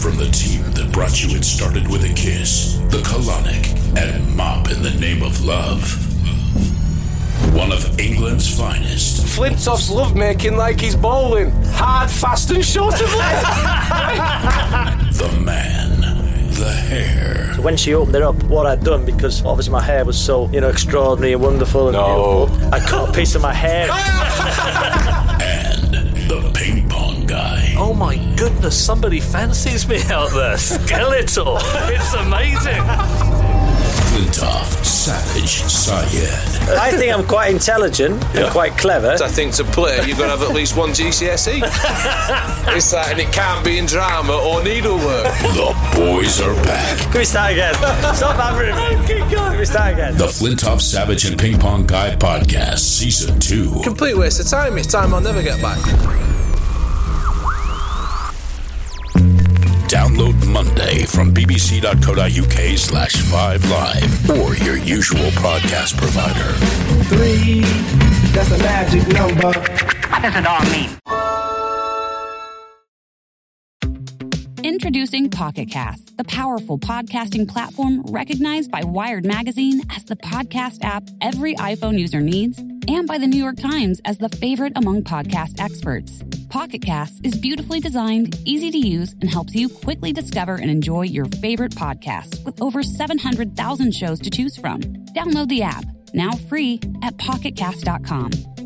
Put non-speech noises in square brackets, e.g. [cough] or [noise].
From the team that brought you It Started With a Kiss, The Colonic, and Mop in the Name of Love. One of England's finest. Flintoff's love making like he's bowling. Hard, fast, and short [laughs] of leg. the man, the hair. So when she opened it up, what I'd done, because obviously my hair was so, you know, extraordinary and wonderful and No. beautiful, I cut a piece of my hair. and the ping pong guy. Oh my goodness, somebody fancies me out there. Skeletal. it's amazing. Flintoff, Savage, Syed. I think I'm quite intelligent and quite clever. I think to play, you've got to have at least [laughs] one GCSE. E. it's that, and it can't be in drama or needlework. The boys are back. Can we start again? Stop hammering me. Can we start again? The Flintoff, Savage, and Ping Pong Guy podcast, season two. Complete waste of time. It's time I'll never get back. Download Monday from bbc.co.uk slash 5 live or your usual podcast provider. Three, that's a magic number. What does it all mean? Introducing Pocket Cast, the powerful podcasting platform recognized by Wired Magazine as the podcast app every iPhone user needs and by the New York Times as the favorite among podcast experts. Pocket Cast is beautifully designed, easy to use, and helps you quickly discover and enjoy your favorite podcasts with over 700,000 shows to choose from. Download the app, now free, at pocketcast.com.